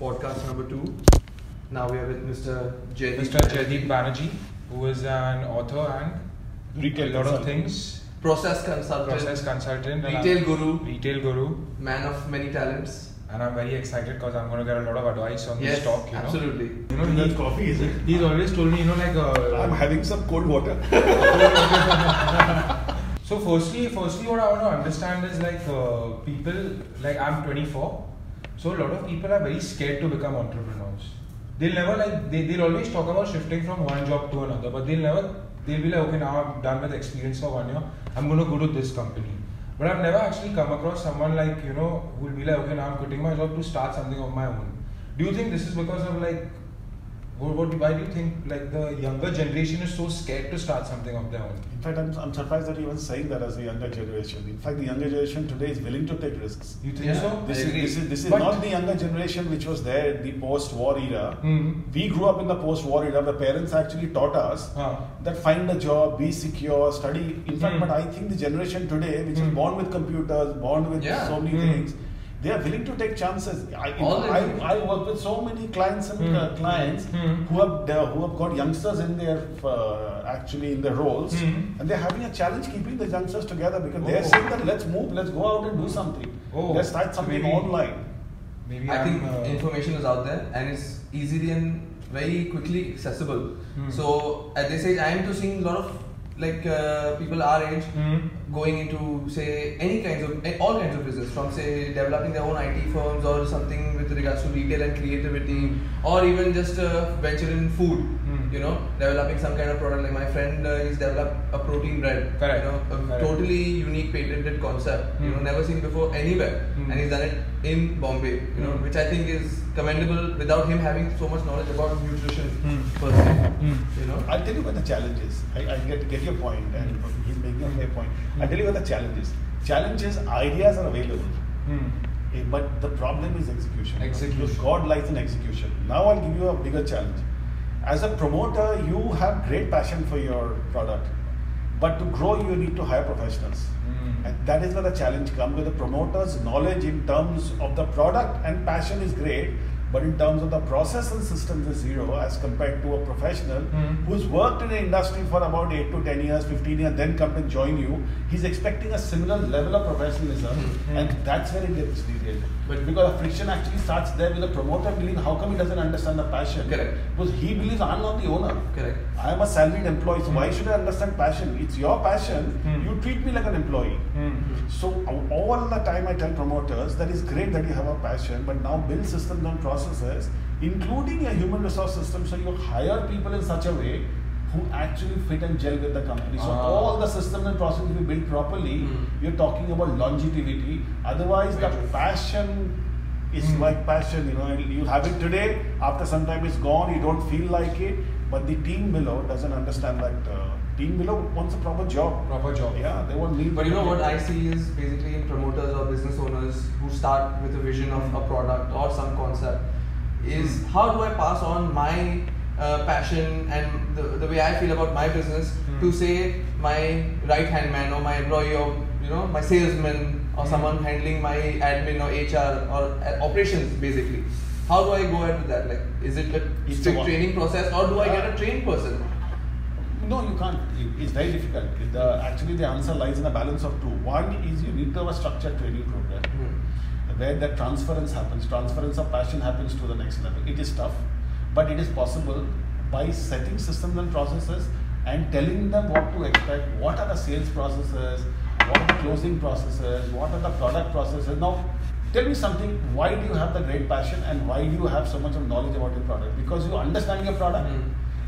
Podcast number two. Now we are with Mr. Jaydeep. Mr. Jaideep Banerjee, who is an author and a Retail lot of consultant. things, Process consultant. process consultant, and Retail I'm- guru. retail guru, Man of many talents. and I'm very excited because I'm going to get a lot of advice on yes. this talk. You absolutely. know, you know That's he, coffee, is it? he's always told me, you know, like. Uh, I'm having some cold water. so firstly, firstly, what I want to understand is like uh, people, like I'm 24, so a lot of people are very scared to become entrepreneurs. They'll never like they will always talk about shifting from one job to another, but they'll never they'll be like okay now I'm done with experience for one year, I'm gonna go to this company. But I've never actually come across someone like you know who'll be like okay now I'm quitting my job to start something of my own. Do you think this is because of like what, what why do you think like the younger generation is so scared to start something of their own? In fact, I'm, I'm surprised that you're even saying that as the younger generation. In fact, the younger generation today is willing to take risks. You think Yeah. so? This is, agree. this is, this is But- not the younger generation which was there in the post war era. Mhm. We grew up in the post war era. The parents actually taught us Huh. that find a job, be secure, study. In fact, Hmm. but I think the generation today, which Hmm. is born with computers, born with Yeah. so many Hmm. things, they are willing to take chances. I, All I, the- I work with so many clients and Hmm. uh, clients Hmm. who have they- who have got youngsters in their uh, actually in their roles, Hmm. and they're having a challenge keeping the youngsters together because they're Oh. saying that let's move, let's go out and do something, Oh. let's start something Maybe- online. Maybe I I'm, think uh, information is out there and it's easily and very quickly accessible. Hmm. So at this age, I am too seeing a lot of like uh, people our age Hmm. going into say any kinds of eh, all kinds of business from say developing their own IT firms or something with regards to retail and creativity or even just uh, venture in food. Hmm. You know, developing some kind of product. Like my friend uh, he's developed a protein bread. Correct. You know, a Correct. totally unique patented concept. You know, Hmm. never seen before anywhere, Hmm. and he's done it in Bombay. You know, Hmm. which I think is commendable without him having so much knowledge about nutrition. Hmm. per se, Hmm. You know. I'll tell you what the challenge is. I, I get, get your point, and Hmm. he's making a fair point. I'll tell you what the challenge is. Challenge is ideas are available, Hmm. eh, but the problem is execution. Execution. God lies in execution. Now I'll give you a bigger challenge. As a promoter, you have great passion for your product, but to grow, you need to hire professionals. Hmm. And that is where the challenge comes with the promoter's knowledge in terms of the product and passion is great, but in terms of the process and systems is zero as compared to a professional Hmm. who's worked in the industry for about 8 to 10 years, 15 years, then come and join you. He's expecting a similar level of professionalism, Hmm. and that's where it gets derailed. But- But because the friction actually starts there with the promoter believing how come he doesn't understand the passion? Correct. Because he believes I'm not the owner. Correct. I am a salaried employee, Hmm. so why should I understand passion? It's your passion. Hmm. You treat me like an employee. Hmm. So all the time I tell promoters that it's great that you have a passion, but now build systems and processes, including a human resource system, so you hire people in such a way who actually fit and gel with the company. So Ah. all the systems and processes you build properly, Hmm. you're talking about longevity. Otherwise, the Very true. passion is Hmm. like passion. You know, you have it today. After some time, it's gone. You don't feel like it. But the team below doesn't understand that. Uh, team below wants a proper job. Proper job. Yeah, they want lead. But you know what I see is basically in promoters or business owners who start with a vision of a product or some concept is how do I pass on my uh, passion and the, the way I feel about my business Hmm. to say my right hand man or my employee or you know my salesman or Hmm. someone handling my admin or HR or uh, operations basically. How do I go ahead with that? Like, is it a It's a strict one- training process or do I get a trained person? No, you can't. It- It's very difficult. The, actually, the answer lies in a balance of two. One is you need to have a structured training program Hmm. where that transference happens. Transference of passion happens to the next level. It is tough, but it is possible by setting systems and processes and telling them what to expect. What are the sales processes? What are the closing processes? What are the product processes? Now, tell me something. Why do you have the great passion and why do you have so much of knowledge about your product? Because you understand your product. Hmm.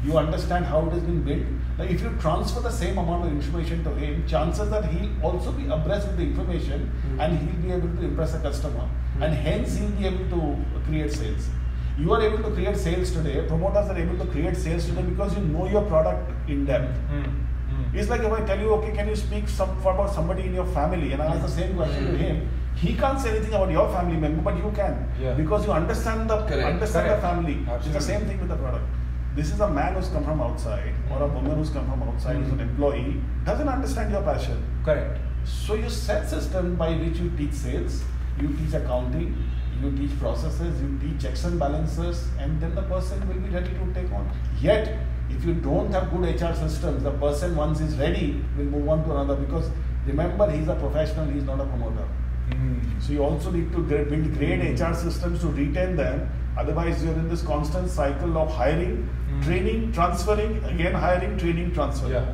You understand how it has been built. Like if you transfer the same amount of information to him, chances that he'll also be abreast with the information Mm. and he'll be able to impress a customer. Mm. And hence he'll be able to create sales. You are able to create sales today. Promoters are able to create sales today because you know your product in depth. Hmm. Hmm. It's like if I tell you, okay, can you speak some, about somebody in your family? And I ask the same question to Hmm. Mm. him. He can't say anything about your family member, but you can. Yeah. Because you understand the Correct. understand Correct. the family. It's Absolutely. the same thing with the product. This is a man who's come from outside or a woman who's come from outside who's an Mm. employee, doesn't understand your passion. Correct. So you set system by which you teach sales, you teach accounting, you teach processes, you teach checks and balances, and then the person will be ready to take on. Yet, if you don't have good HR systems, the person once is ready will move on to another because remember he's a professional, he's not a promoter. Mm. So you also need to gra- build great HR systems to retain them. Otherwise, you're in this constant cycle of hiring, Mm. training, transferring, again hiring, training, transferring. Yeah.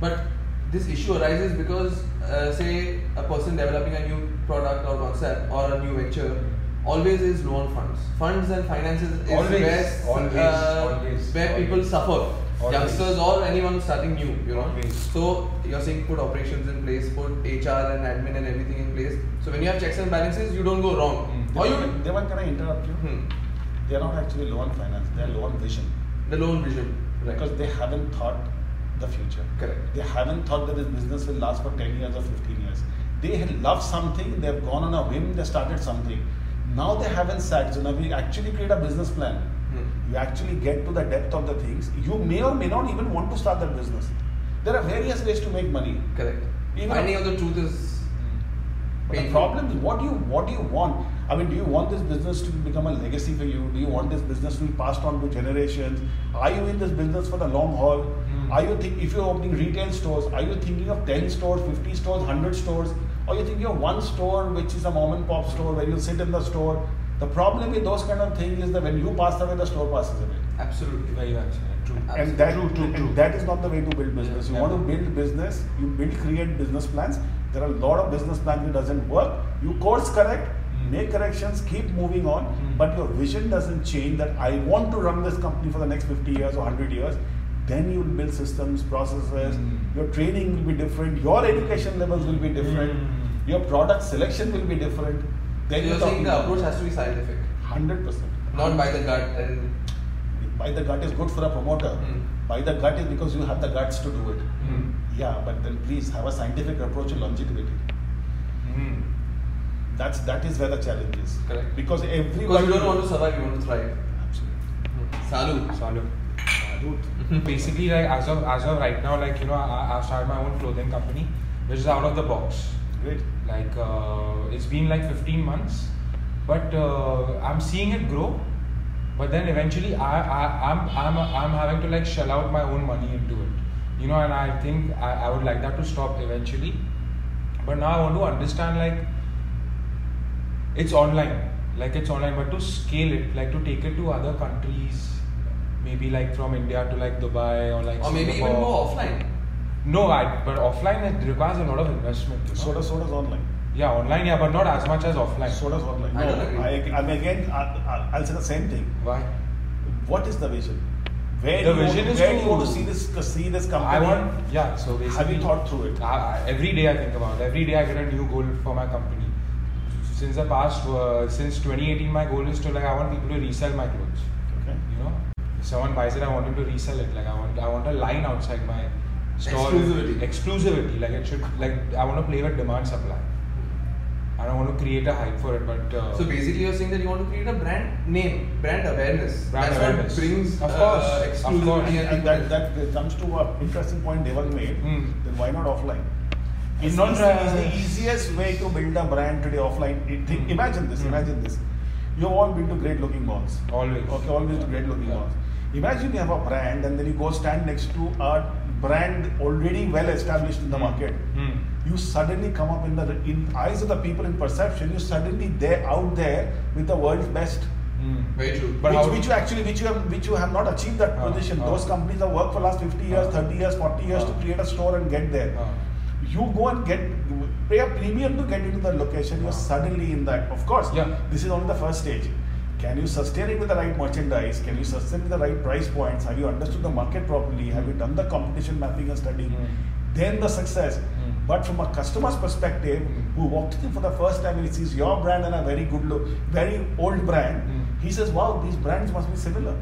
But this issue arises because, uh, say, a person developing a new product or concept or a new venture always is low on funds. Funds and finances is Always, where, always, uh, always, where always. people suffer. Always. Youngsters or anyone starting new, you know. Always. So you're saying put operations in place, put HR and admin and everything in place. So when you have checks and balances, you don't go wrong. Mm. Or you, Devan, Devan, can I interrupt you? Hmm. They are not actually low on finance, they are low on vision the loan vision, right? because they haven't thought the future. Correct. They haven't thought that this business will last for 10 years or 15 years. They had loved something, they have gone on a whim, they started something. Now they haven't sat. So now we actually create a business plan. Hmm. You actually get to the depth of the things. You may or may not even want to start that business. There are various ways to make money. Correct. Even- Finding out the truth is Hmm. But the Painful. problem is what do you what do you want? I mean, do you want this business to become a legacy for you? Do you want this business to be passed on to generations? Are you in this business for the long haul? Mm. Are you think if you're opening retail stores, are you thinking of 10 stores, 50 stores, 100 stores? Or you thinking of one store which is a mom and pop store where you sit in the store? The problem with those kind of things is that when you pass away, the store passes away. absolutely Very much. yeah, True. And that, and that is not the way to build business. You Yeah. want to build business, you build, create business plans. There are a lot of business plans that doesn't work. You course correct, Hmm. Mm. make corrections, keep moving on, Mm. but your vision doesn't change that I want to run this company for the next 50 years or 100 years. Then you will build systems, processes, Hmm. Mm. your training will be different, your education levels will be different, Mm. your product selection will be different. Then Hmm. So you're you're saying talking the approach about has to be scientific, 100%. not by the gut and By the gut is good for a promoter. Mm. By the gut is because you have the guts to do it. Mm. Yeah, but then please have a scientific approach and longevity. Mm. That's that is where the challenge is. Correct. Because because everybody. you don't want to survive, you want to thrive. Absolutely. Salut. Solid. Salute. Basically, like as of as of right now, like you know, I, I've started my own clothing company, which is out of the box. Great. like uh, it's been like 15 months but uh, i'm seeing it grow but then eventually I, I i'm i'm i'm having to like shell out my own money into it you know and i think i, I would like that to stop eventually but now i want to understand like it's online like it's online but to scale it like to take it to other countries maybe like from india to like dubai or like Or maybe even Singapore. go offline. no i but offline it requires a lot of investment you know? So does so does online. Yeah, online, yeah, but not as much as offline. So does online. I don't agree. I, I'm again. I, I, I'll say the same thing. Why? What is the vision? Where The do you vision want, is to- where do you want to see this see this company? I want, yeah, so basically. Have you thought through it? I, I- every day I think about it. Every day I get a new goal for my company. Since the past, uh, since 2018, my goal is to like, I want people to resell my clothes. Okay. You know, if someone buys it, I want him to resell it. Like, I want, I want a line outside my store. Exclusivity. Exclusivity. Like, it should, like, I want to play with demand supply. I don't want to create a hype for it, but. Uh, So basically, you're saying that you want to create a brand name, brand awareness. Brand That's awareness. what brings Of course, uh, of exclusivity course. and, And that, that comes to an interesting point Devan made. Hmm. Then why not offline? It's It's, not, easy, uh, it's the easiest way to build a brand today offline. It- think- Hmm. Imagine this. Hmm. Imagine this. You've all been to great looking malls. Always. Okay, always to great looking Yeah. malls. Imagine you have a brand and then you go stand next to a brand already well established in the Hmm. market. Hmm. You suddenly come up in the in eyes of the people in perception. You suddenly there out there with the world's best Hmm. Very true. But which, how- which you actually which you have which you have not achieved that Ah, position. ah. Those companies have worked for last 50 years, Ah. 30 years, 40 years to Ah. create a store and get there. Uh, You go and get pay a premium to get into the location. You're Ah. suddenly in that. Of course, Yeah. this is only the first stage. Can you sustain it with the right merchandise? Can you sustain with the right price points? Have you understood the market properly? Have you done the competition mapping and studying? Mm. Then the success. Mm. But from a customer's perspective, Mm. who walked in for the first time and he sees your brand and a very good look, very old brand, Mm. he says, "Wow, these brands must be similar."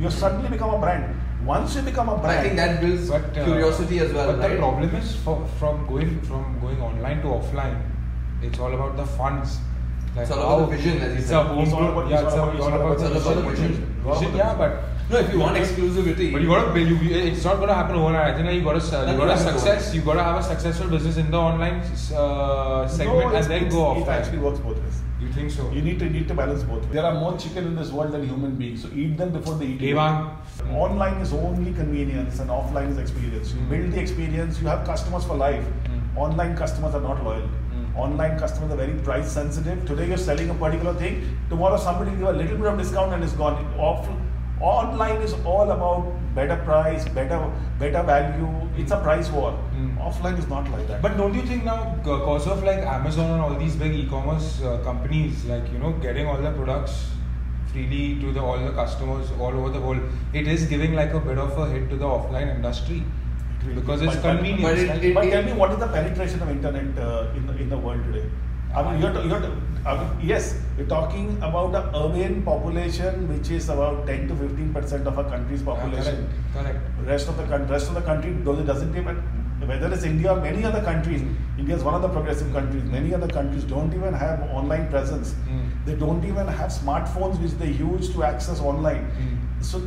You Mm. suddenly become a brand. Once you become a brand, I think that builds But, uh, curiosity as well, But right? the problem is for, from going from going online to offline, it's all about the funds. It's all about the vision, as you it's said. a home It's all grown- about- yeah, it's all about- all about the it's all about the vision. vision. Vision, yeah, but No, if you want exclusivity. But you gotta build. You, it's not gonna happen overnight. I think like you gotta uh, Nothing you gotta happens success. overnight. You gotta have a successful business in the online uh, No, segment and it's- then it's- go It actually offline. works both ways. You think so? You need to need to balance both. ways. There are more chicken in this world than human beings, so eat them before they eat you. Devang. Online is only convenience and offline is experience. You Mm. build the experience, you have customers for life. Mm. Online customers are not loyal. Mm. Online customers are very price sensitive. Today you're selling a particular thing, tomorrow somebody will give a little bit of discount and it's gone. Off, online is all about better price, better better value. It's a price war. Mm. Offline is not like that. But don't you think now, c- cause of like Amazon and all these big e-commerce uh, companies, like you know, getting all the products freely to the all the customers all over the world, it is giving like a bit of a hit to the offline industry will. because it's But- but- convenient. but it- like- it- But tell me, what is the penetration of internet uh, in the in the world today? I mean, you're, you're I mean, yes, we're talking about an urban population which is about 10 to 15 percent of our country's Yeah, population. correct, correct. Rest of the country, rest of the country does- doesn't even whether it's India or many other countries. India is one of the progressive countries. Many other countries don't even have online presence. Mm. They don't even have smartphones which they use to access online. Mm. So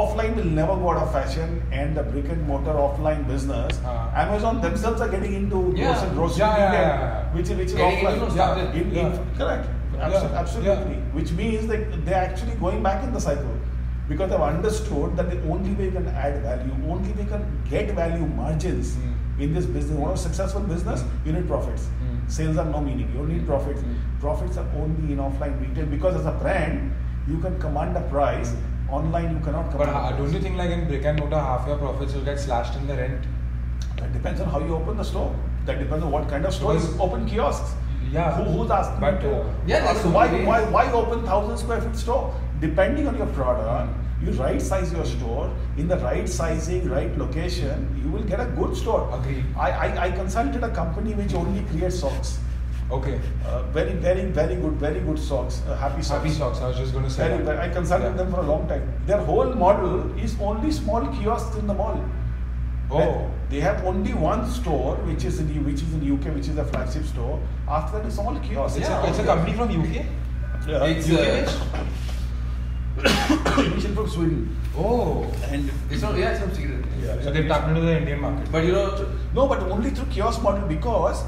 offline will never go out of fashion, and the brick and mortar offline business, Ah. Amazon themselves are getting into Yeah. grocery, grocery Yeah, yeah, retail, yeah, yeah. which is which is Getting into offline. those Yeah. startups. In- in- Yeah. Correct. Abso- Yeah. Absolutely. Which means that they're actually going back in the cycle because they've understood that the only way you can add value, only way you can get value margins Mm. in this business. One of successful business, Mm. you need profits. Mm. Sales are no meaning. You only need profits. Mm. Profits are only in offline retail because as a brand, you can command a price. Online, you cannot But command. ha- a don't price. you think like in brick and mortar, half your profits will get slashed in the rent? That depends on how you open the store. That depends on what kind of store. Because- You open kiosks. Yeah. Who, who's asking you But, to? uh, Yeah, I that's mean, why, the way. why, why open thousand square feet store? Depending on your product, you right size your store in the right sizing, right location. You will get a good store. uh, Agreed. I, I, I consulted a company which only creates socks. Okay. Uh, very, very, very good, very good socks. Uh, happy socks. Happy socks. I was just going to say. Very, that. very- I consulted Yeah. them for a long time. Their whole model is only small kiosks in the mall. Oh. They have only one store, which is in U- which is in UK, which is a flagship store. After that, it's all kiosks. It's, Yeah, a, it's a okay. company from UK. Yeah. It's UK uh, based? initial from Sweden. Oh. And it's not yeah, it's not secret. So they've tapped into the Indian market. But you know, tr- no, but only through kiosk model because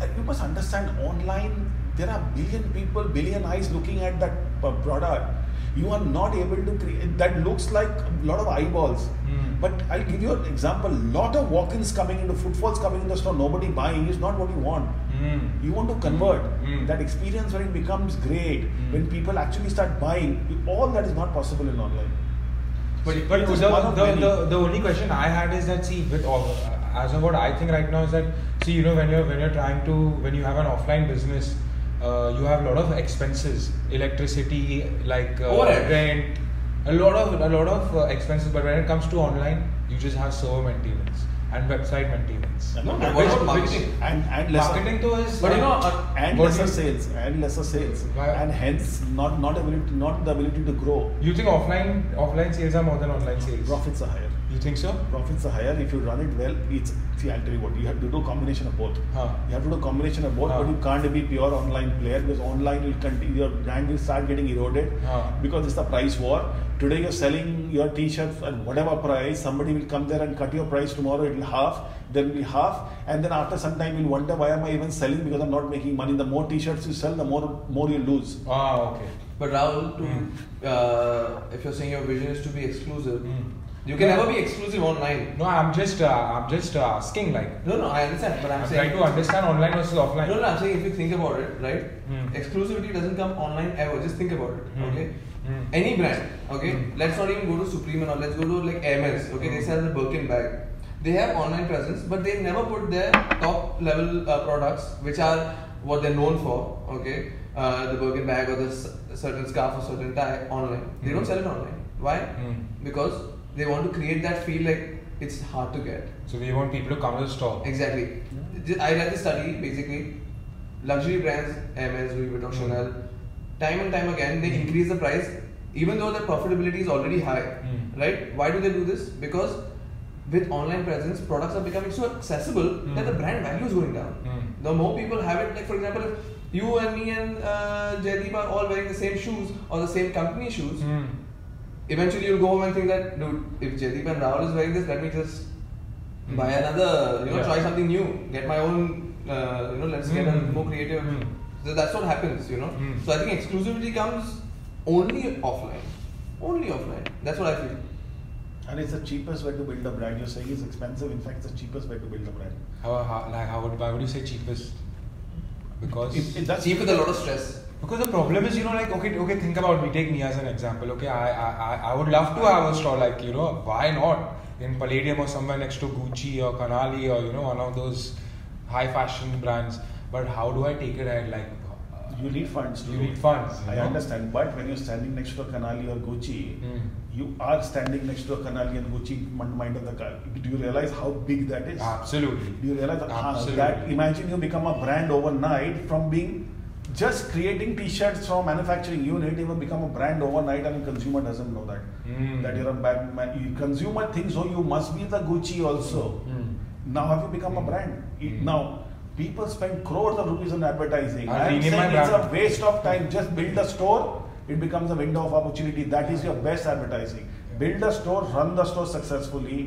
uh, you must understand online there are billion people, billion eyes looking at that uh, product. You are not able to create that looks like a lot of eyeballs. Hmm. But I'll give you an example. Lot of walk-ins coming into footfalls coming in the store. Nobody buying is not what you want. Hmm. Mm. You want to convert Mm. that experience when it becomes great, Hmm. Mm. when people actually start buying. you- All that is not possible in online. But, It but the, is one of the, many. the, the only question I had is that see with all, as of what I think right now is that see you know when you're when you're trying to when you have an offline business uh, you have a lot of expenses electricity like uh, Overhead. rent a lot of a lot of uh, expenses but when it comes to online you just have server maintenance and website maintenance No, and, what about which- marketing? and, and lesser- marketing though is but you know, uh, and What lesser do you- sales and lesser sales Why- and hence not not ability not the ability to grow you think offline offline sales are more than online sales profits are higher you think so profits are higher if you run it well it's see i'll tell you what you have to do combination of both huh you have to do combination of both Huh. but you can't be pure online player because online will continue your brand will start getting eroded huh because it's the price war today you're selling your t-shirts at whatever price somebody will come there and cut your price tomorrow it'll half then it'll be half and then after some time you'll wonder why am i even selling because i'm not making money the more t-shirts you sell the more more you lose ah okay but Rahul, to Mm. uh, if you're saying your vision is to be exclusive, Mm. you can never be exclusive online. No, I'm just uh, I'm just uh, asking like No, no, I understand, but I'm, I'm saying trying to understand online versus offline. No, no, I'm saying if you think about it, right? Hmm. Exclusivity doesn't come online ever. Just think about it, Hmm. okay? Hmm. Any brand, okay? Hmm. Let's not even go to Supreme and all. Let's go to like Hermes, okay? They Hmm. sell the Birkin bag. They have online presence, but they never put their top level uh, products, which are what they're known for, okay? Uh, the Birkin bag or the s- certain scarf or certain tie online. They Hmm. don't sell it online. Why? Hmm. Because they want to create that feel like it's hard to get. So they want people to come to the store. Exactly. Ju- I read the study basically. Luxury brands, Hermes, Louis Vuitton, Mm. Chanel, time and time again they Mm. increase the price, even though their profitability is already high, Mm. right? Why do they do this? Because with online presence, products are becoming so accessible that Mm. the brand value is going down. Mm. The more people have it, like for example, if you and me and uh, Jaideep are all wearing the same shoes or the same company shoes, Hmm. eventually you'll go home and think that, dude, if Jaideep and Rahul is wearing this, let me just Hmm. buy another, you know, Yeah. try something new, get my own, uh, you know, let's get a Hmm. more creative. Hmm. So that's what happens, you know. Hmm. So I think exclusivity comes only offline, only offline. That's what I feel. And it's the cheapest way to build a brand. You're saying it's expensive. In fact, it's the cheapest way to build a brand. How, how, like, how would, why would you say cheapest? Because If, if that's Cheap with a lot of stress. Because the problem is, you know, like okay, okay, think about me. Take me as an example. Okay, I, I, I- I would love to have a store like you know, why not in Palladium or somewhere next to Gucci or Canali or you know one of those high fashion brands. But how do I take it ahead? Like uh, you need funds. to You do need it. funds, you I know? understand, but when you're standing next to a Canali or Gucci, Hmm. you are standing next to a Canali and Gucci mind mind of the car. Do you realize how big that is? absolutely. Do you realize that, ah, Absolutely. that? Imagine you become a brand overnight from being just creating T-shirts from manufacturing unit. You will become a brand overnight, and consumer doesn't know that. Hmm. That you're a bad man. You consumer thinks, oh, you must be the Gucci also. Hmm. Now have you become a brand? It- Mm. Now people spend crores of rupees on advertising. I'll I'm rename saying my it's a brand. waste of time. Just build a store. It becomes a window of opportunity. That is your best advertising. Build a store, run the store successfully,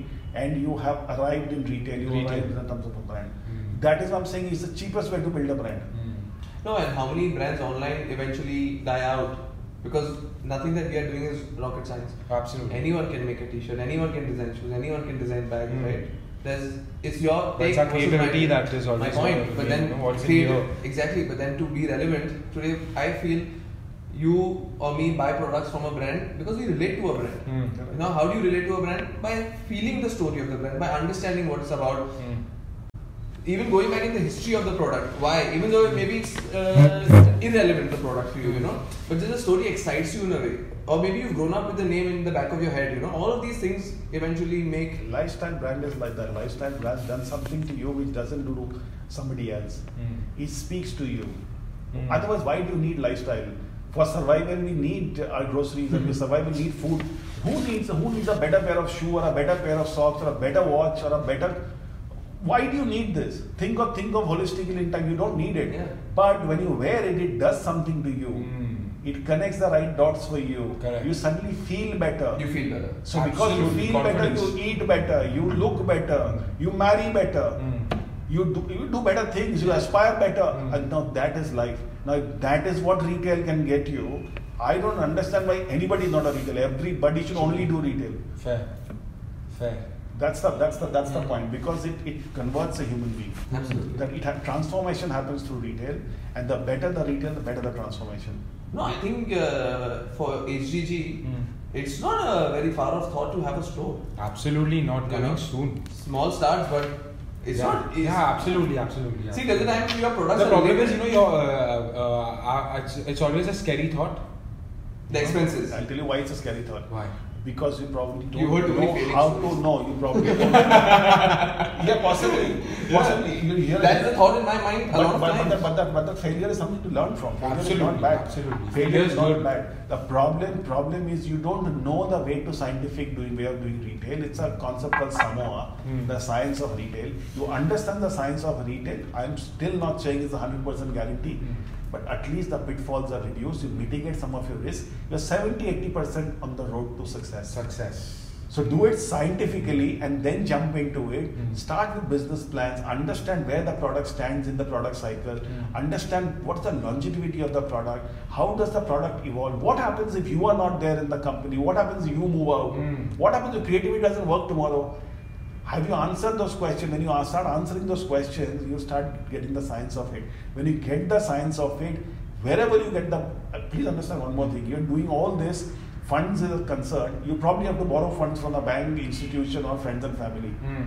and you have arrived in retail. You Retail. arrived in terms of a brand. Mm. That is what I'm saying. It's the cheapest way to build a brand. Hmm. No, and how many brands online eventually die out because nothing that we are doing is rocket science. Absolutely. Anyone can make a T-shirt. Anyone can design shoes. Anyone can design bags, Hmm. right? There's it's your But take. it's our versus my creativity take. that is always my point. what- But you then know, what's in creative- your- exactly. But then to be relevant today, I feel you or me buy products from a brand because we relate to a brand. Hmm. You know, how do you relate to a brand? By feeling the story of the brand, by understanding what it's about, Hmm. even going back in the history of the product why even though maybe it's uh, irrelevant the product to you you know but then the story excites you in a way or maybe you've grown up with the name in the back of your head you know all of these things eventually make Lifestyle brand is like that. Lifestyle brand done something to you which doesn't do to somebody else. Hmm. It speaks to you. Mm. Otherwise, why do you need lifestyle? For survival, we need our groceries and we survive, we need food. Who needs who needs a better pair of shoe or a better pair of socks or a better watch or a better why do you need this? Think of think of holistically in time. You don't need it. Yeah. But when you wear it, it does something to you. Mm. It connects the right dots for you. Correct. You suddenly feel better. you feel better so because you Absolutely. feel better, Confidence. you eat better, you look better, you marry better Hmm. you do, you do better things, you aspire better, Hmm. Mm. and now that is life. Now if that is what retail can get you. I don't understand why anybody is not a retailer. Everybody should only do retail. Fair. Fair. That's the that's the that's the Mm. point because it, it converts a human being. absolutely That it ha- transformation happens through retail, and the better the retail, the better the transformation. no i think uh, for hgg Hmm. it's not a very far off thought to have a store Absolutely not You coming know? soon. small starts but it's yeah. not it's, yeah, absolutely, absolutely. see absolutely. the other time your products the are problem relevant, is, you know, your, uh, uh, uh, it's, it's always a scary thought. the expenses I'll tell you why it's a scary thought. Why? Because you probably don't You heard too many know failings. how to know. You probably don't. yeah, possibly, possibly. You hear that's the thought in my mind a lot But, of but, but, times the, but, the, but the failure is something to learn from. Failure is Absolutely, not bad. absolutely. Failure Failure is is not good. bad. The problem problem is you don't know the way to scientific doing way of doing retail. It's a concept called Samoa, Hmm. the science of retail. You understand the science of retail. I'm still not saying it's a hundred percent guarantee. Hmm. But at least the pitfalls are reduced, you mitigate some of your risk, you're 70 80% on the road to success. Success. So do it scientifically and then jump into it. Mm. Start with business plans, understand where the product stands in the product cycle, Mm. understand what's the longevity of the product, how does the product evolve, what happens if you are not there in the company, what happens if you move out, Mm. what happens if creativity doesn't work tomorrow. Have you answered those questions? When you are- start answering those questions, you start getting the science of it. When you get the science of it, wherever you get the, uh, please understand one more thing. You're doing all this, funds is a concern. You probably have to borrow funds from a bank, institution, or friends and family. Mm.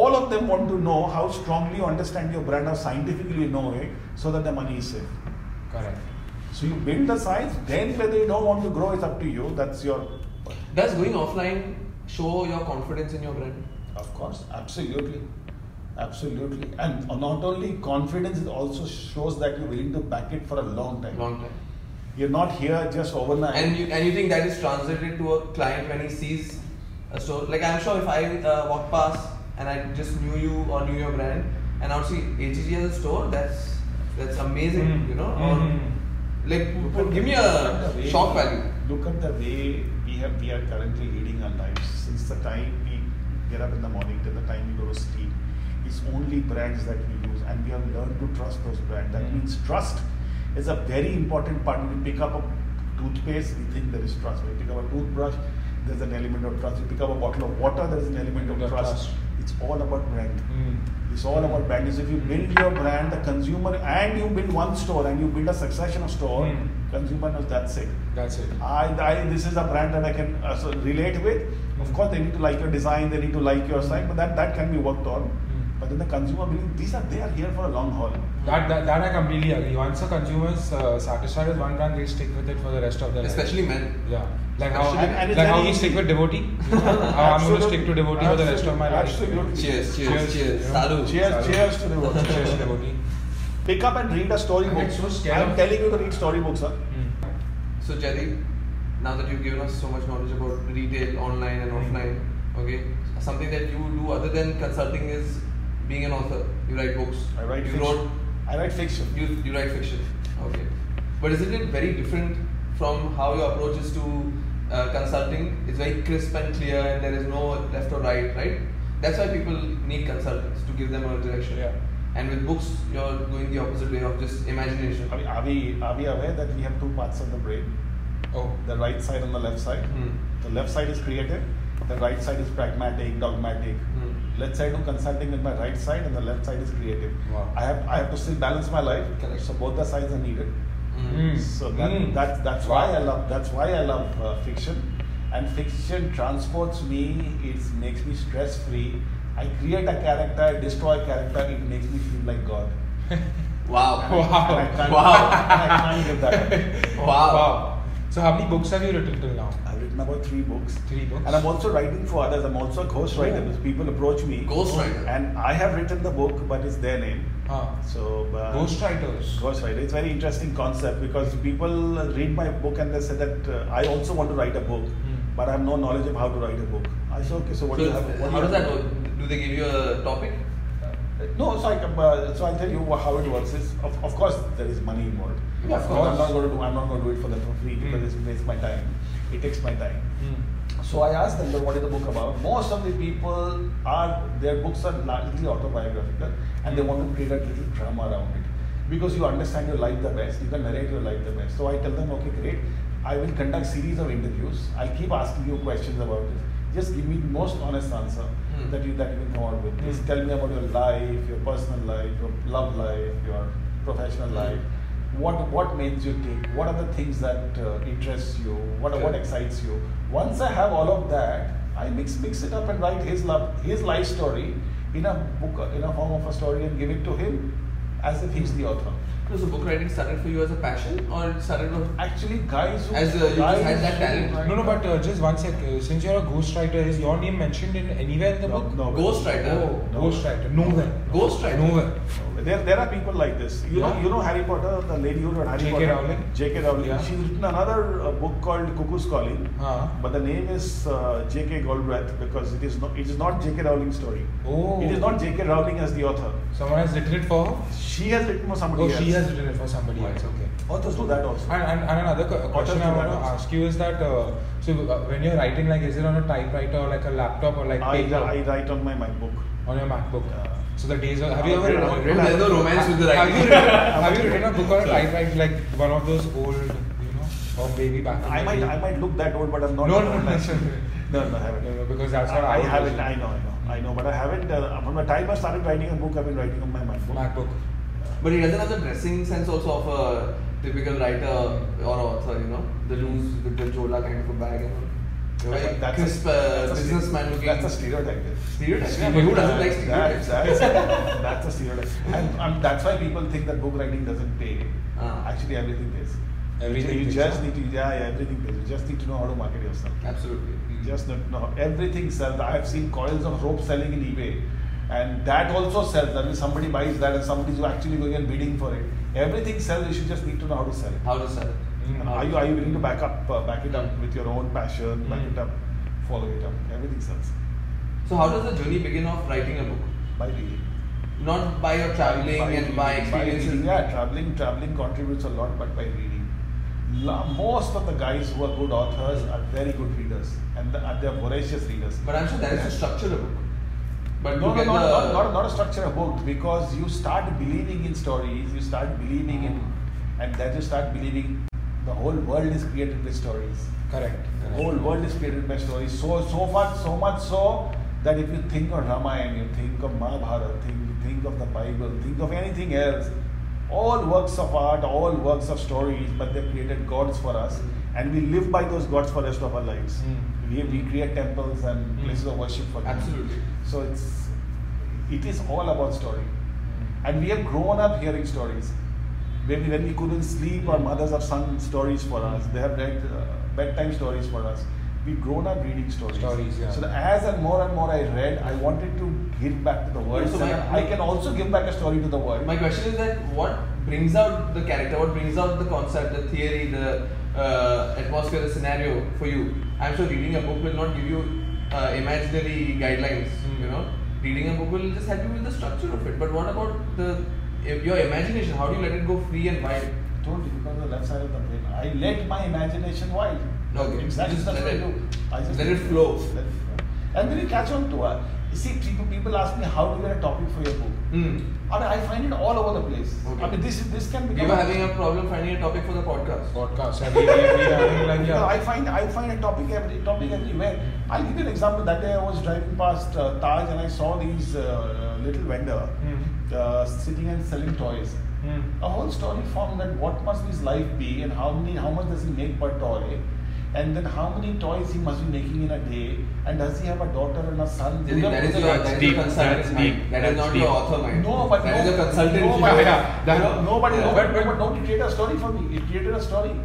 All of them want to know how strongly you understand your brand or scientifically know it so that the money is safe. Correct. So you build the science, then whether you don't want to grow is up to you. That's your, Does going offline show your confidence in your brand? of course, absolutely. Absolutely. And not only confidence, it also shows that you're willing to back it for a long time. Long time. You're not here just overnight. And you and you think that is translated to a client when he sees a store? Like I'm sure if I uh, walk past and I just knew you or knew your brand, and I would see HGG as a store, that's that's amazing, Mm-hmm. Mm. you know. Mm. Or like put- give me a shock value. look at the way we have we are currently leading our lives since the time we get up in the morning till the time we go to sleep it's only brands that we use and we have learned to trust those brands that Mm. Hmm. means trust is a very important part when we pick up a toothpaste we think there is trust when we pick up a toothbrush there's an element of trust we pick up a bottle of water there is an element of Element of trust, trust. it's all about brand Mm. it's all about brand. Is if you build your brand, the consumer, and you build one store and you build a succession of store, Hmm. consumer knows that's it. That's it. I, I, this is a brand that I can uh, so relate with. Of course, they need to like your design, they need to like your site, but that, that can be worked on. Mm. But then the consumer believes these are they are here for a long haul. That, that, that I completely agree. Once a consumer is uh, satisfied with one brand, they stick with it for the rest of their life. Especially men. Yeah. Like how, Especially- And it's like how very we stick with devotee. how I'm going to Absolute- stick to devotee for the rest of my life. absolutely. Cheers, cheers, Cheers, cheers. you know. Salud. Cheers, Sorry. cheers to the world. Cheers, devotee. Pick up and read a I storybook. get so scared I'm of- telling you to read storybooks, sir. Mm. So Jerry, now that you've given us so much knowledge about retail, online and Mm. Mm-hmm. offline, okay, something that you do other than consulting is being an author. You write books. I write you fiction. wrote I write fiction. you you write fiction. Okay, but isn't it very different from how your approach is to uh, consulting? It's very crisp and clear, and there is no left or right, right? That's why people need consultants to give them a direction. Yeah. And with books, you're going the opposite way of just imagination. I mean, are we are we aware that we have two parts of the brain? Oh. the right side and the left side. Hmm. The left side is creative, the right side is pragmatic, dogmatic. Hmm. Let's say I do consulting with my right side and the left side is creative. Wow. I have I have to still balance my life. Correct. So both the sides are needed. Mm. So that, Mm. that that's Wow. why I love that's why I love uh, fiction, and fiction transports me. It makes me stress free. I create a character, I destroy a character. It makes me feel like God. Wow. Wow. And I can't, Wow. and I can't give that. up. Wow. Wow. So how many books have you written till now? I've written about three books. Three books. And I'm also writing for others. I'm also a ghostwriter. Oh. Those People approach me. Ghostwriter. And I have written the book, but it's their name. Huh. So. Uh, Ghostwriters. Ghostwriter. It's very interesting concept because people read my book and they say that uh, I also want to write a book, Hmm. but I have no knowledge of how to write a book. I say, okay, so what so do you have? what do how you does have that to work? Do they give you a topic? No, so I can, uh, so I'll tell you how it works. Is of, of course there is money involved. Yeah, of of course, I'm course. not going to do I'm not going to do it for the for free Mm. because Hmm. it takes my time. It takes my time. Mm. So I asked them, "But what is the book about? Most of the people are, their books are largely autobiographical and they want to create a little drama around it. Because you understand your life the best, you can narrate your life the best. So I tell them, okay, great, I will conduct series of interviews. I'll keep asking you questions about this. Just give me the most honest answer Hmm. that you that you can come out with. Just Hmm. tell me about your life, your personal life, your love life, your professional Hmm. life. What what makes you tick? What are the things that uh, interests you? What what Correct. excites you? Once I have all of that, I mix mix it up and write his love his life story in a book uh, in a form of a story and give it to him as if he's the author. No, so book writing started for you as a passion or it started with Actually, guys who As, uh, you just guys had that who talent. write- No, no, but uh, just one sec. Uh, since you're a ghostwriter, is your name mentioned in anywhere in the No, book? no. ghostwriter? Oh, No. ghostwriter. Nowhere. Ghostwriter? Nowhere. There, there are people like this. You know, Yeah. you know Harry Potter, the lady who wrote Harry J.K. Potter. Rowling. J.K. Rowling. Yeah. She's written another uh, book called Cuckoo's Calling, Huh. but the name is uh, J.K. Galbraith because it is not it is not J.K. Rowling's story. Oh. It is not J.K. Rowling as the author. Someone has written it for her? She has written for somebody Oh, else. she has written it for somebody Right. else. Okay. Authors do that also. And, and, and another co- question I do want to that also. ask you is that uh, so uh, when you're writing, like, is it on a typewriter or like a laptop or like I, paper I write on my MacBook. Uh, on your MacBook? Yeah. So the days of, have you ever Yeah. written? There's no romance with the Have writing. you written, have you written a book on a Sorry. typewriter like one of those old, you know, or maybe back? in I the might day? I might look that old, but I'm not. No, no, I'm no. not- no, no, I haven't. No, no, because that's what I, I would haven't. do. I know, I know, I know, but I haven't. Uh, from the time I started writing a book, I've been writing on my MacBook. MacBook. But it doesn't have the dressing sense also of a typical writer or author, you know? The loose with the jola kind of a bag and all. You're Yeah, very but that's a- crisp that's uh, a stere- businessman looking. That's a stereotype. Stereotype, yeah, but who doesn't like stereotypes? That's, that's, that's a stereotype. And, and that's why people think that book writing doesn't pay. Ah. Actually, everything pays. Everything you pays, just huh? need to, yeah, yeah, everything pays. You just need to know how to market yourself. Absolutely. Mm. You just not know. Everything sells. I've seen coils of rope selling in eBay. And that also sells. That means somebody buys that and somebody's actually going and bidding for it. Everything sells. You should just need to know how to sell it. How to sell it. Mm. And are you are you willing to back up, uh, back it up with your own passion, back Hmm. Mm. it up, follow it up? Everything sells So how does the journey begin of writing a book? by reading. Not by your traveling and by reading. experiences. reading. Yeah, traveling traveling contributes a lot, but by reading. la- most of the guys who are good authors are very good readers and the- they're voracious readers. But I'm sure that is a structure of book. But no, look no, at no, the, not, not, not a structure of book because you start believing in stories, you start believing in, Hmm. and then you start believing the whole world is created by stories. Correct. The correct. whole world is created by stories. So, so far, so much so that if you think of Ramayana, you think of Mahabharata, think, think of the Bible, think of anything else, all works of art, all works of stories, but they created gods for us, and we live by those gods for the rest of our lives. Mm. We, we create temples and Mm. places of worship for them. Absolutely. So it's it is all about story. Mm. And we have grown up hearing stories. Maybe when we couldn't sleep, our mothers have sung stories for us. They have read uh, bedtime stories for us. We've grown up reading stories. Stories, yeah. So the- as and more and more I read, I wanted to give back to the world. So So my- I can also give back a story to the world. My question is that what brings out the character, what brings out the concept, the theory, the uh, atmosphere, the scenario for you? I'm sure reading a book will not give you uh, imaginary guidelines. Hmm. You know, reading a book will just help you with the structure of it. But what about the if your imagination? How do you let it go free and wild? I told you because of the left side of the brain. I let my imagination wild. Okay. Exactly. Just That's let what I it- do. I just let it flow. Let it flow. And then you catch on to it. You see, people, people ask me how do you get a topic for your book. Hmm. I mean, I find it all over the place. I Okay. mean, this this can be. We were having a problem finding a topic for the podcast. Podcast. I mean, we, we are having like Because I yeah. find I find a topic every topic everywhere. I'll give you an example. That day I was driving past uh, Taj and I saw these uh, little vendor Mm. uh, sitting and selling toys. Hmm. Mm. A whole story formed that what must his life be and how many how much does he make per toy, and then how many toys he must be making in a day, and does he have a daughter and a son? Jaideep, that is your that is deep. your consultant's That's mind. deep. That is That's not deep. your author mind. No, but that no, is a consultant. No, Yeah, but, yeah, that- no, no, but, Yeah. no, but, but, but don't create a story for me. It created a story.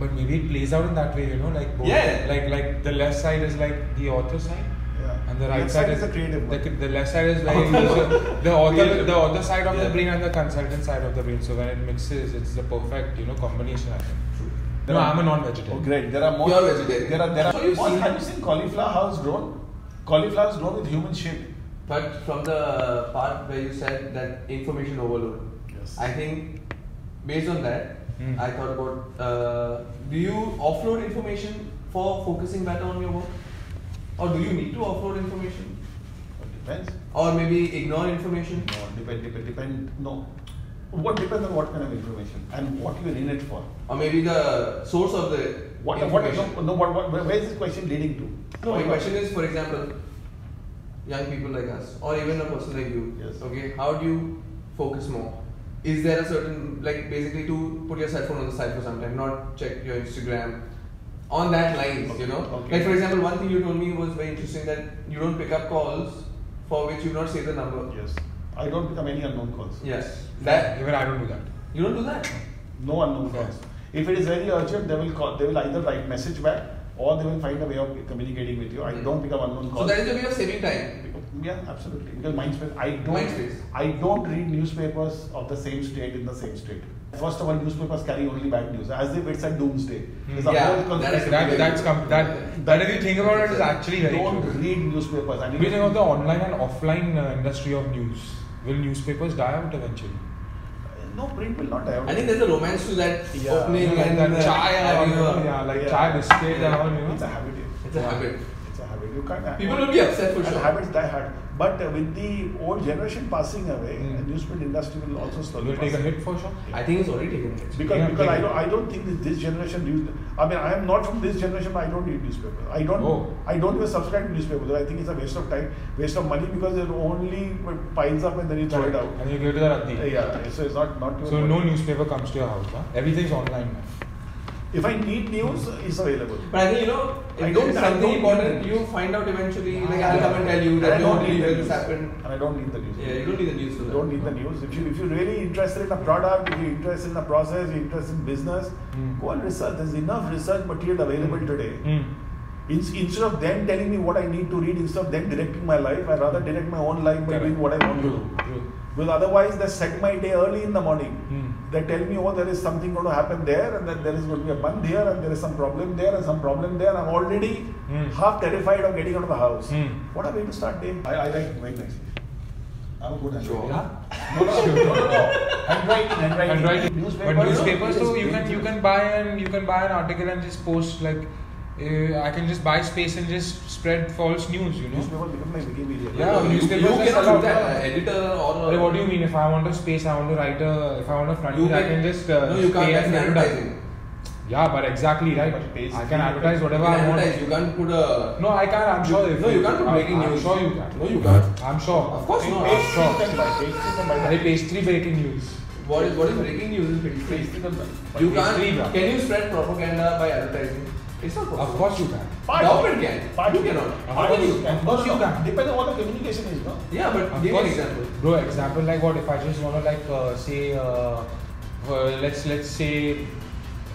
But maybe it plays out in that way, you know, like both, Yeah. like like the left side is like the author side, Yeah. and the right Left side, is the creative The, one. the left side is very user, the author, Creative. the author side of the Yeah. brain and the consultant side of the brain. So when it mixes, it's the perfect, you know, combination. I think. There No, are- I'm a non-vegetarian. Oh, great. There are more. Pure vegetarian. There are there are. So you've more- seen- have you seen cauliflower? How it's grown? Cauliflower is grown with human shit. But from the part where you said that information overload, Yes. I think based on that, Hmm. I thought about uh, do you offload information for focusing better on your work, or do you need to offload information, Depends. or maybe ignore information? No, depend, depend, depend. No. What depends on what kind of information and what you're in it for. Or maybe the source of the What, what, information. no, no, what, what, where where is this question leading to? No, my What- question is, for example, young people like us, or even a person like you. Yes. Okay, how do you focus more? Is there a certain like basically to put your cell phone on the side for some time, not check your Instagram, on that lines, you know? Okay. Like for example, one thing you told me was very interesting that you don't pick up calls for which you not save the number. Yes. I don't become any unknown calls. Yes. That even I don't do that. you don't do that. No unknown Okay. calls. If it is very urgent, they will call. They will either write message back or they will find a way of communicating with you. I Mm. don't pick up unknown So calls. that is a way of saving time. yeah, absolutely. Because Mindspace, I don't, Mindspace. I don't read newspapers of the same state in the same state. First of all, newspapers carry only bad news, as if it's a doomsday. There's a Hmm. Yeah, whole that conspiracy is- That that's com- that that if you think about it, is actually very Don't true. read newspapers. I mean, We think of the online and offline uh, industry of news. Will newspapers die out eventually? no print will not die. out. I think there's a romance to that Yeah. opening You know, like and that the- chai and you all, know, yeah, like Yeah. chai biscuit and all, you know. It's a habit. yeah. It's a habit. It's a habit. You can't. People will be upset for and sure. Habits die hard. But uh, with the old generation passing away, Hmm. Mm. the newsprint industry will also slowly. You'll take a pass. hit for sure. I think it's already taken. actually. Because, Yeah, because I, like- don't, I don't think that this generation reads. I mean, I am not from this generation. But I don't read newspapers. I don't. Oh. I don't even subscribe to newspapers. I think it's a waste of time, waste of money because it only piles up and then you throw it out. And you give to the Yeah, Raddi. yeah. So it's not not. even So worth no it. newspaper comes to your house. Huh? Everything's online now. If I need news, it's available. But I think you know, if I don't- it's I something don't important, need you find out eventually. Yeah, like yeah, I'll yeah. come and tell you And I that you don't don't believe need the that news. this happened. And I don't need the news. Yeah, you don't need the news for that. don't need the news. If you if you're really interested in a product, if you're interested in a process, you're interested in business, Mm. go and research. There's enough research material available today. Mm. In, instead of them telling me what I need to read, instead of them directing my life, I rather direct my own life by Correct. doing what I want to True, do. true. Because otherwise, they set my day early in the morning. Mm. They tell me, oh, there is something going to happen there, and then there is going to be a bump here, and there is some problem there, and some problem there. I'm already Mm. half terrified of getting out of the house. Mm. What a way to start day. I, I like going next. I'm a good handwriter. Sure. Huh? No, no, no, no, no. Handwriting, handwriting. handwriting. Newspaper, but you know, newspapers, it is so you can very you good. can buy and you can buy an article and just post like uh, I can just buy space and just spread false news, you know. Newspaper become like Wikipedia. Yeah, you, you newspapers are cannot do allowed. that. An editor or Like, a, what do you mean? If I want a space, I want to write a. If I want a front You page, I can- can just uh, no, you can't. pay That's and an advertise. advertising. Yeah, but exactly right. But page I free. can advertise You whatever can I want. advertise. You can't put a. No, I can't. I'm sure. You- if no, you can't put I- breaking I'm news. sure you can. No, you can't. I'm sure. Of course Page not. three Sure. you can buy. Page three you can buy. Are page three breaking news? What is what is breaking news is pretty Page free. three you can buy. You it's can't. free, bruh. Can you spread propaganda by advertising? It's not Of propaganda. course you can. Part- Government can. part- You cannot. part How can is- you? and- Of course no, you no, can. Depends on what the communication is, no? Yeah, but Of give me an course. example. Bro, example like what? If I just want to like uh, say, uh, uh, let's let's say,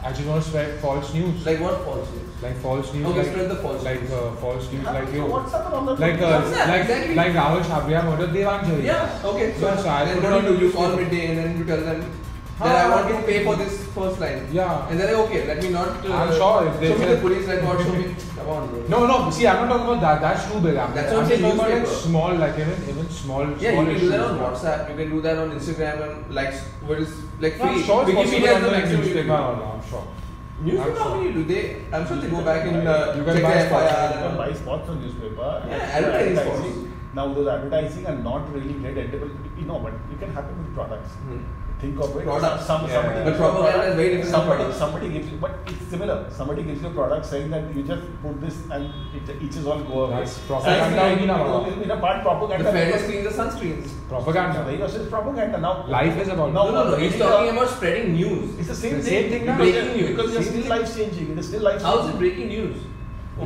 I just want to spread false news. Like what false news? Like false news. Okay, like, spread the false like, news. uh, false news. Like yo. WhatsApp and all that. Like uh, What's that? like Exactly. like Rahul Shabria murdered Devanjali. Yeah, okay. So, Yeah, so I then put what do it you on do? You call newspaper. midday and then you tell them that Huh. I want to pay for this first line. Yeah. And they're like, okay, let me not. Uh, I'm sure if they show me say- the police record, show me. Come on, bro. No, no. See, I'm not talking about that. That's too big. I'm, That's I'm what I'm saying, talking about like newspaper. small, like even even small. Yeah, small you can do that issues. on WhatsApp. You can do that on Instagram and like what is like No, I'm free. sure it's possible Wikipedia is on the the maximum you can newspaper. do. I'm sure. I'm Newspaper sure. company do they? I'm sure they go back and uh, You check can the buy spots. FIR. You can buy spots on newspaper. and Yeah, advertising Now those advertising are not really great edible. You know, but it can happen with products. Hmm. Think of it. Products. Some, Yeah, somebody yeah. But gives you a propaganda product, is very different Somebody, products. somebody gives you, but it's similar. Somebody gives you a product saying that you just put this and it eaches all go away. That's propaganda Science in our- is- in a part propaganda. The fairness screens are sunscreens. Propaganda. So, you know, it's propaganda now. Life is about- No, Now, no, no. He's it's talking a- about spreading news. It's the same The thing. same thing now. because, Breaking news. because you're Same still thing. life changing. It is still life. How is it changing. breaking news?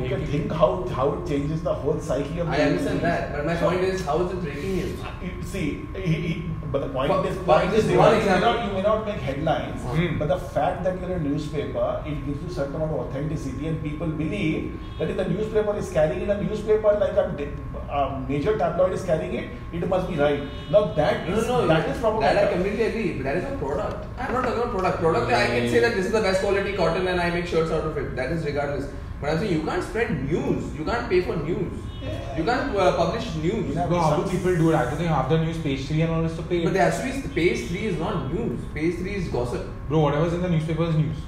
Okay, Breaking. think how how it changes the whole psyche of. I the understand individual. that, but my So, point is, how is it breaking news? you- See, he, he, but the point But- is, but point is, just you one may example. not- you may not make headlines, Hmm. but the fact that you're a newspaper, it gives you certain amount of authenticity, and people believe that if the newspaper is carrying it, a newspaper like a, di- a major tabloid is carrying it, it must be right. Now that No, is no, no. that is propaganda. That I completely agree. But that is a product. I'm not talking about product. Product, I can say that this is the best quality cotton and I make shirts out of it. That is regardless. But I'm saying you can't spread news. You can't pay for news. Yeah. You can't uh, publish news. Yeah. Bro, how do people do it? I don't think half the news page three and all is to pay. But there has to be page three is not news. Page three is gossip. Bro, whatever's in the newspaper is news.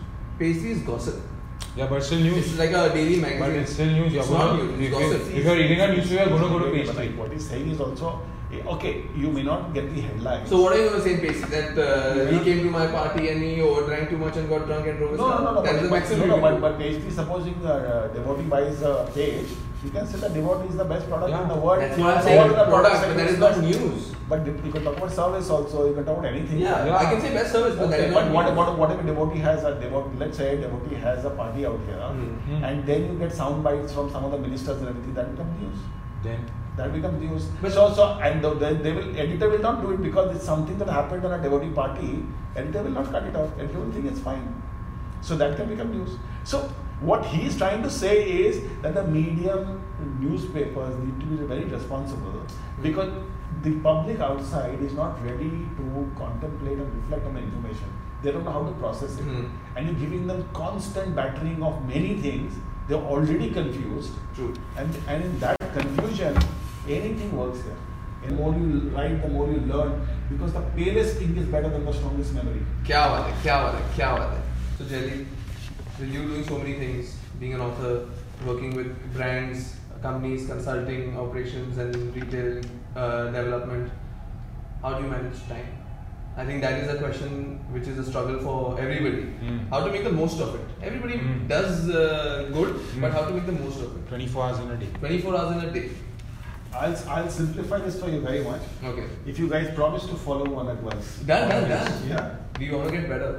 Page three is gossip. Yeah, but it's still news. It's like a daily magazine. But it's still news. You're It's gonna, not news. It's if, you- gossip. if you're reading a newspaper, you're gonna go to page But three. What he's saying is also, eh, okay, you may not get the headlines. So what are you gonna say in page that uh, he Yeah. came to my party and he overdrank too much and got drunk and drove no, his no, car? no, no. That is but, the but- maximum. no, no, you but, can but page three, supposing uh, devotee buys a page, you can say that devotee is the best product in the Yeah. do. world. That's what I'm All saying. the Product, but segments that is are- not news. But you can talk about service also. You can talk about anything. Yeah, Yeah. I can say best service, but that Okay, is but not what news. about what if a devotee has a devotee? Let's say a devotee has a party out here, Hmm. and then you get sound bites from some of the ministers and everything. That becomes news. Then That becomes news. But- so so and the, the, they will editor will not do it because it's something that happened on a devotee party. Editor will not cut it out. Editor will think it's fine. So that can become news. So what he is trying to say is that the medium newspapers need to be very responsible because the public outside is not ready to contemplate and reflect on the information. They don't know how to process it. Hmm. And you're giving them constant battering of many things. They're already confused. True. And, and in that confusion, anything works here. The more you write, the more you learn, because the palest ink is better than the strongest memory. क्या बात है क्या बात है क्या बात है so Jelly with you doing so many things being an author working with brands companies consulting operations and retail uh, development how do you manage time I think that is a question which is a struggle for everybody Hmm. Mm. how to make the most of it everybody Mm. does uh, good Mm. Hmm. but how to make the most of it 24 hours in a day. 24 hours in a day I'll, I'll simplify this for you very much. okay If you guys promise to follow one advice. Done, done, done. Yeah. do you want to get better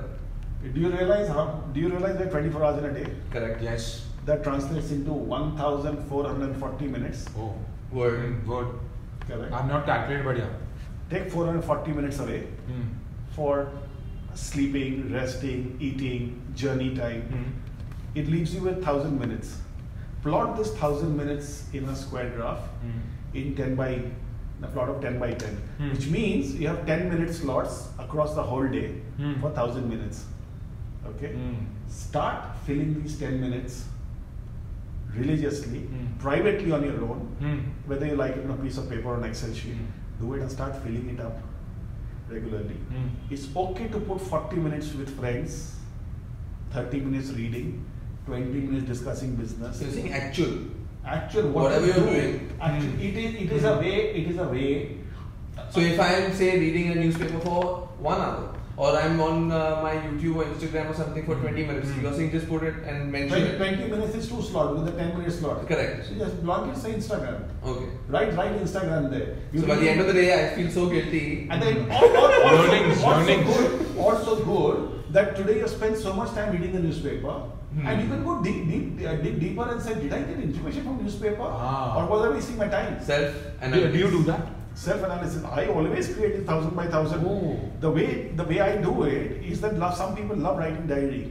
Do you realize how? Do you realize that 24 hours in a day correct Yes. that translates into 1,440 minutes? Oh. word Hmm. Mm, Good. Correct. I'm not calculated, but yeah. Take 440 minutes away Mm. for sleeping, resting, eating, journey time. Mm. it leaves you with 1000 minutes plot this 1000 minutes in a square graph Mm. in 10 by a plot of 10 by 10 Hmm. which means you have 10 minute slots across the whole day Hmm. for 1000 minutes okay Mm. start filling these 10 minutes religiously Hmm. privately on your own Mm. whether you like it on a piece of paper or an excel sheet Hmm. do it and start filling it up regularly. Mm. It's okay to put 40 minutes with friends, 30 minutes reading, 20 minutes discussing business. So you're saying actual. Actual what Whatever you you're do, doing. Actually, Mm. it is it is a Mm. way. It is a way. So if I am say reading a newspaper for one hour, or I'm on uh, my YouTube or Instagram or something for 20 minutes, Mm. you're saying just put it and mention Twenty- it. 20 minutes is too slot with the 10 minute slot. Correct. So just block it, say Instagram. Okay. Right, right, Instagram there. You so by the end of the day, I feel so guilty. And then all, all, also, Learnings, also learnings. good, also good that today you spend so much time reading the newspaper, Hmm. and you can go dig, dig, uh, dig deeper and say, did I get information from newspaper, Ah. or was I wasting my time? Self and Do, do you do that? Self-analysis. I always create it thousand by thousand. Oh. The way the way I do it is that love, some people love writing diary.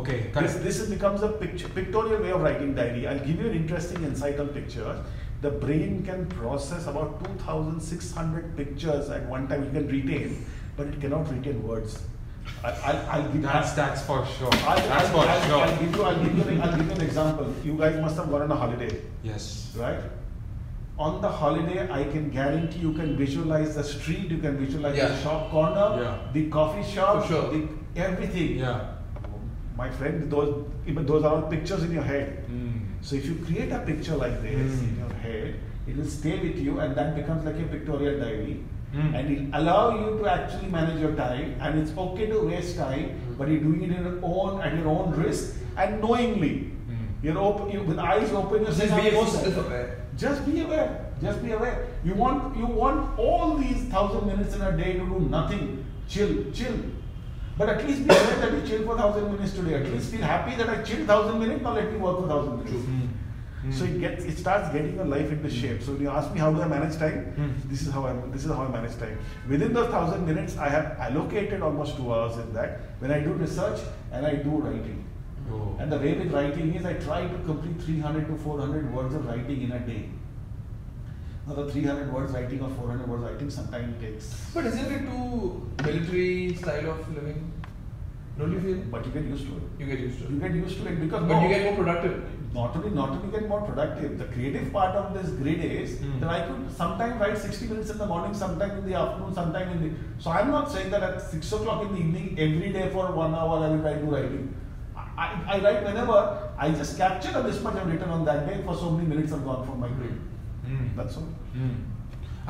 Okay, This, correct. this is becomes a picture, pictorial way of writing diary. I'll give you an interesting insight on pictures. The brain can process about 2,600 pictures at one time. You can retain, but it cannot retain words. I, I'll, I'll give That's that's for sure. I'll, That's I'll- for I'll- sure. I'll give you. I'll give you. an- I'll give you an example. You guys must have gone on a holiday, Yes. right? On the holiday, I can guarantee you can visualize the street. You can visualize the Yeah. shop corner, Yeah. the coffee shop, For sure. the, everything Yeah. my friend, those even those are all pictures in your head. Mm. So if you create a picture like this Mm. in your head, it will stay with you, and that becomes like a pictorial diary, Mm. and it'll allow you to actually manage your time. And it's okay to waste time, Mm. but you're doing it in your own at your own risk and knowingly. Mm. You're open, you, with eyes open. You're Just saying, be "I'm most awesome." self-aware. Just be aware. Just be aware. You want you want all these thousand minutes in a day to do nothing. Chill, chill. But at least be aware that you chill for thousand minutes today. At least feel happy that I chilled thousand minutes. Now let me work for thousand minutes. Mm. Mm. So it gets it starts getting your life into shape. So when you ask me how do I manage time, Hmm. this is how I this is how I manage time. Within those thousand minutes, I have allocated almost two hours in that. When I do research and I do writing. Oh. And the way with writing is I try to complete 300 to 400 words of writing in a day. Now the 300 words writing or 400 words writing sometimes takes. But isn't it too military style of living? Don't you feel? But you get used to it. You get used to You it. get used to it because But no, you get more productive. not only not only get more productive. The creative part of this grid is Hmm. that I could sometimes write 60 minutes in the morning, sometime in the afternoon, sometime in the. So I'm not saying that at six o'clock in the evening every day for one hour I will try to writing. I, I write whenever I just capture this much I've written on that day for so many minutes I've gone from my grid. Hmm. Mm. That's all. Mm.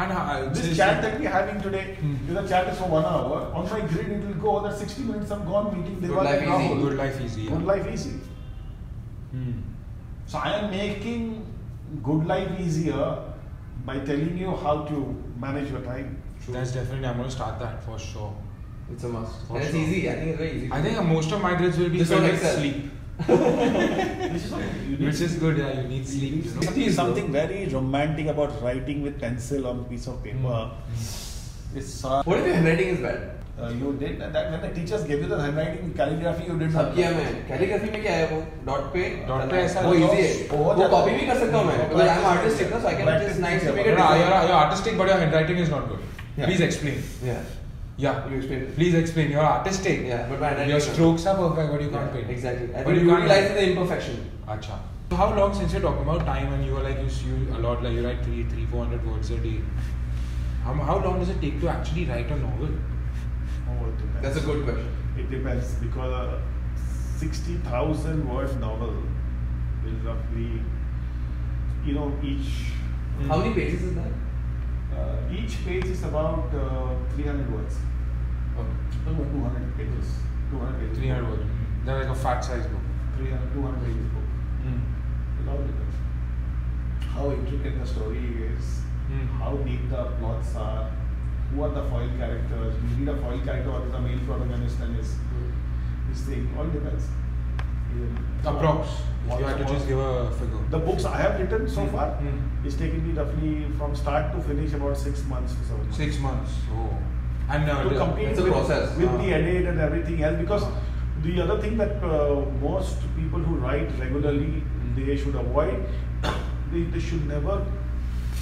And how, This chat that we're having today, Hmm. if the chat is for one hour, on my grid it will go that 60 minutes I'm gone meeting Good Deval life and easy, Rahul. good life easy. Yeah. Good life easy. Mm. So I am making good life easier by telling you how to manage your time. That's definitely. I'm gonna start that for sure. It's a must. For and it's sure. easy. I think it's very easy. I think uh, most of my grids will be This filled one with itself. sleep, Which is okay. You which is good. Yeah, you need you sleep. need You know? sleep. Please, something very romantic about writing with pencil on piece of Hmm. Hmm. paper. It's uh, What if your handwriting is bad? uh, you did that when the teachers gave you the handwriting calligraphy you did सब not- किया मैं calligraphy में क्या है वो dot पे Dot पे ऐसा वो लगाओ, इजी है बहुत वो ज्यादा- कॉपी भी कर सकता हूं मैं Practice because I am makes artistic ना so I can practice just nice makes to make a a Yeah, uh, you're, you're artistic, but your handwriting is not good. Yeah. Please explain. Yeah. Yeah. You explain it. Please explain. You're artistic. Yeah, but my handwriting Your is not- strokes are perfect, but you can't Yeah, paint. Exactly. I But think you you can't realize the imperfection. Acha. So how long since you're talking about time and you were like you s- you a lot like you write three three four hundred words a day. How, how long does it take to actually write a novel? Oh, it depends. That's a good question. It depends because a 60,000 word novel will roughly, you know, each Hmm. Hmm. How many pages is that? uh, each page is about uh, 300 words. Okay. No, 200 pages. 200 pages. Three hundred words. Hmm. They're like a fat size book. 300, 200 pages book. Hmm. It all depends. How intricate the story is, Hmm. how deep the plots are, who are the foil characters, you need a foil character or is a male protagonist and is Hmm. this thing, all depends. Yeah. Approx. If What- you had to what- just give a figure. The books I have written so Hmm. far, Hmm. it's taken me roughly from start to finish about six months to seven months. Six months. Oh. And uh, to the- complete it's a with, process. with Ah. the edit and everything else because the other thing that uh, most people who write regularly Hmm. they should avoid they, they should never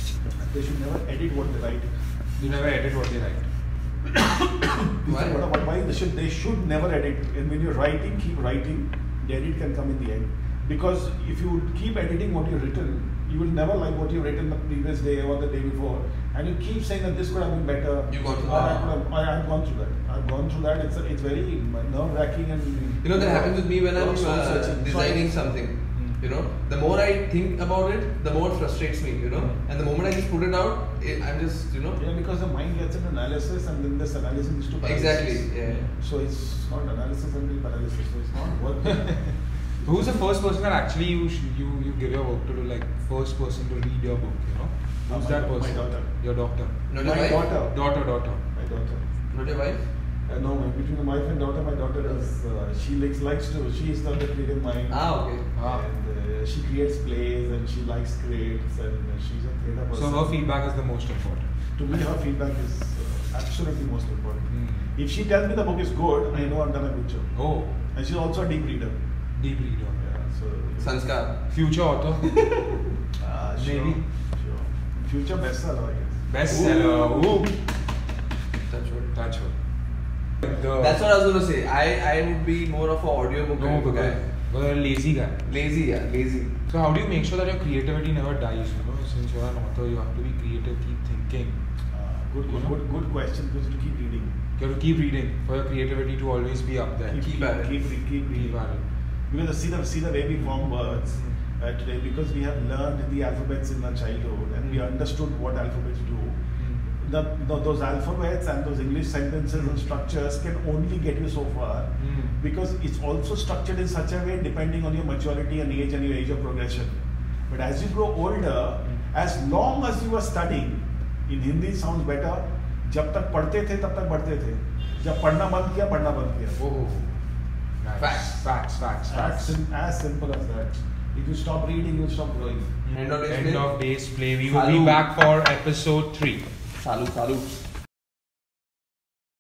they should never edit what they write you never edit what they write. This is Why? what about why they should they should never edit and when you're writing keep writing the edit can come in the end because if you keep editing what you've written you will never like what you've written the previous day or the day before and you keep saying that this could have been better. You got to or that. I could have, I, have gone through that. I've gone through that. It's it's very nerve wracking and You know, that happens with me when I'm Soul uh, searching. designing something. Hmm. Mm. You know, the more I think about it, the more it frustrates me. You know, Mm. and the moment I just put it out, it, I'm just you know Yeah, because the mind gets into analysis and then this analysis is to paralysis. exactly. Yeah. So it's not analysis until paralysis. So it's not worth. it. Who's the first person that actually you sh- you you give your work to? do, Like first person to read your book, you know? No, Who's Oh my- that my person? daughter. Your doctor. Not your my wife. daughter. Daughter, daughter. My daughter. Not your wife. Uh, no, my, between my wife and daughter, my daughter is uh, she likes likes to. She is not a creative mind. Ah, okay. Ah. And uh, she creates plays and she likes grades and uh, she's a theatre So person. her feedback is the most important. To me, her feedback is uh, absolutely most important. Hmm. If she tells me the book is good, I know I've done a good job. Oh, And she's also a deep reader. deep reader. Yeah, so Sanskar. Future author. Ah, sure, Maybe. Sure. Future bestseller, I guess. Bestseller. Ooh. That's what. That's what. The- That's what I was gonna say. I I would be more of an audiobook No, kind of guy. because you're a lazy guy. Lazy, yeah, lazy. So how do you make sure that your creativity never dies? You know, since you're an author, you have to be creative, keep thinking. Uh, good, good, good, good question because you keep reading. You have to keep reading for your creativity to always be up there. Keep, Keep keep, at it. keep, re- keep Keep reading. at it. Because see the, see the way we form words uh, today because we have learned the alphabets in our childhood and we Mm. understood what alphabets do. Hmm. Mm. The, the, those alphabets and those English sentences and structures can only get you so far Mm. because it's also structured in such a way depending on your maturity and age and your age of progression. But as you grow older, as long as you are studying, in Hindi it sounds better, जब तक पढ़ते थे तब तक बढ़ते थे जब पढ़ना बंद किया पढ़ना बंद किया Oh, nice. Facts. facts, facts, As, facts. sim- as simple as that. If you stop reading, you stop growing. End of days Hmm. End play. of days play. We will be Salute. back for episode three. Salute, salute.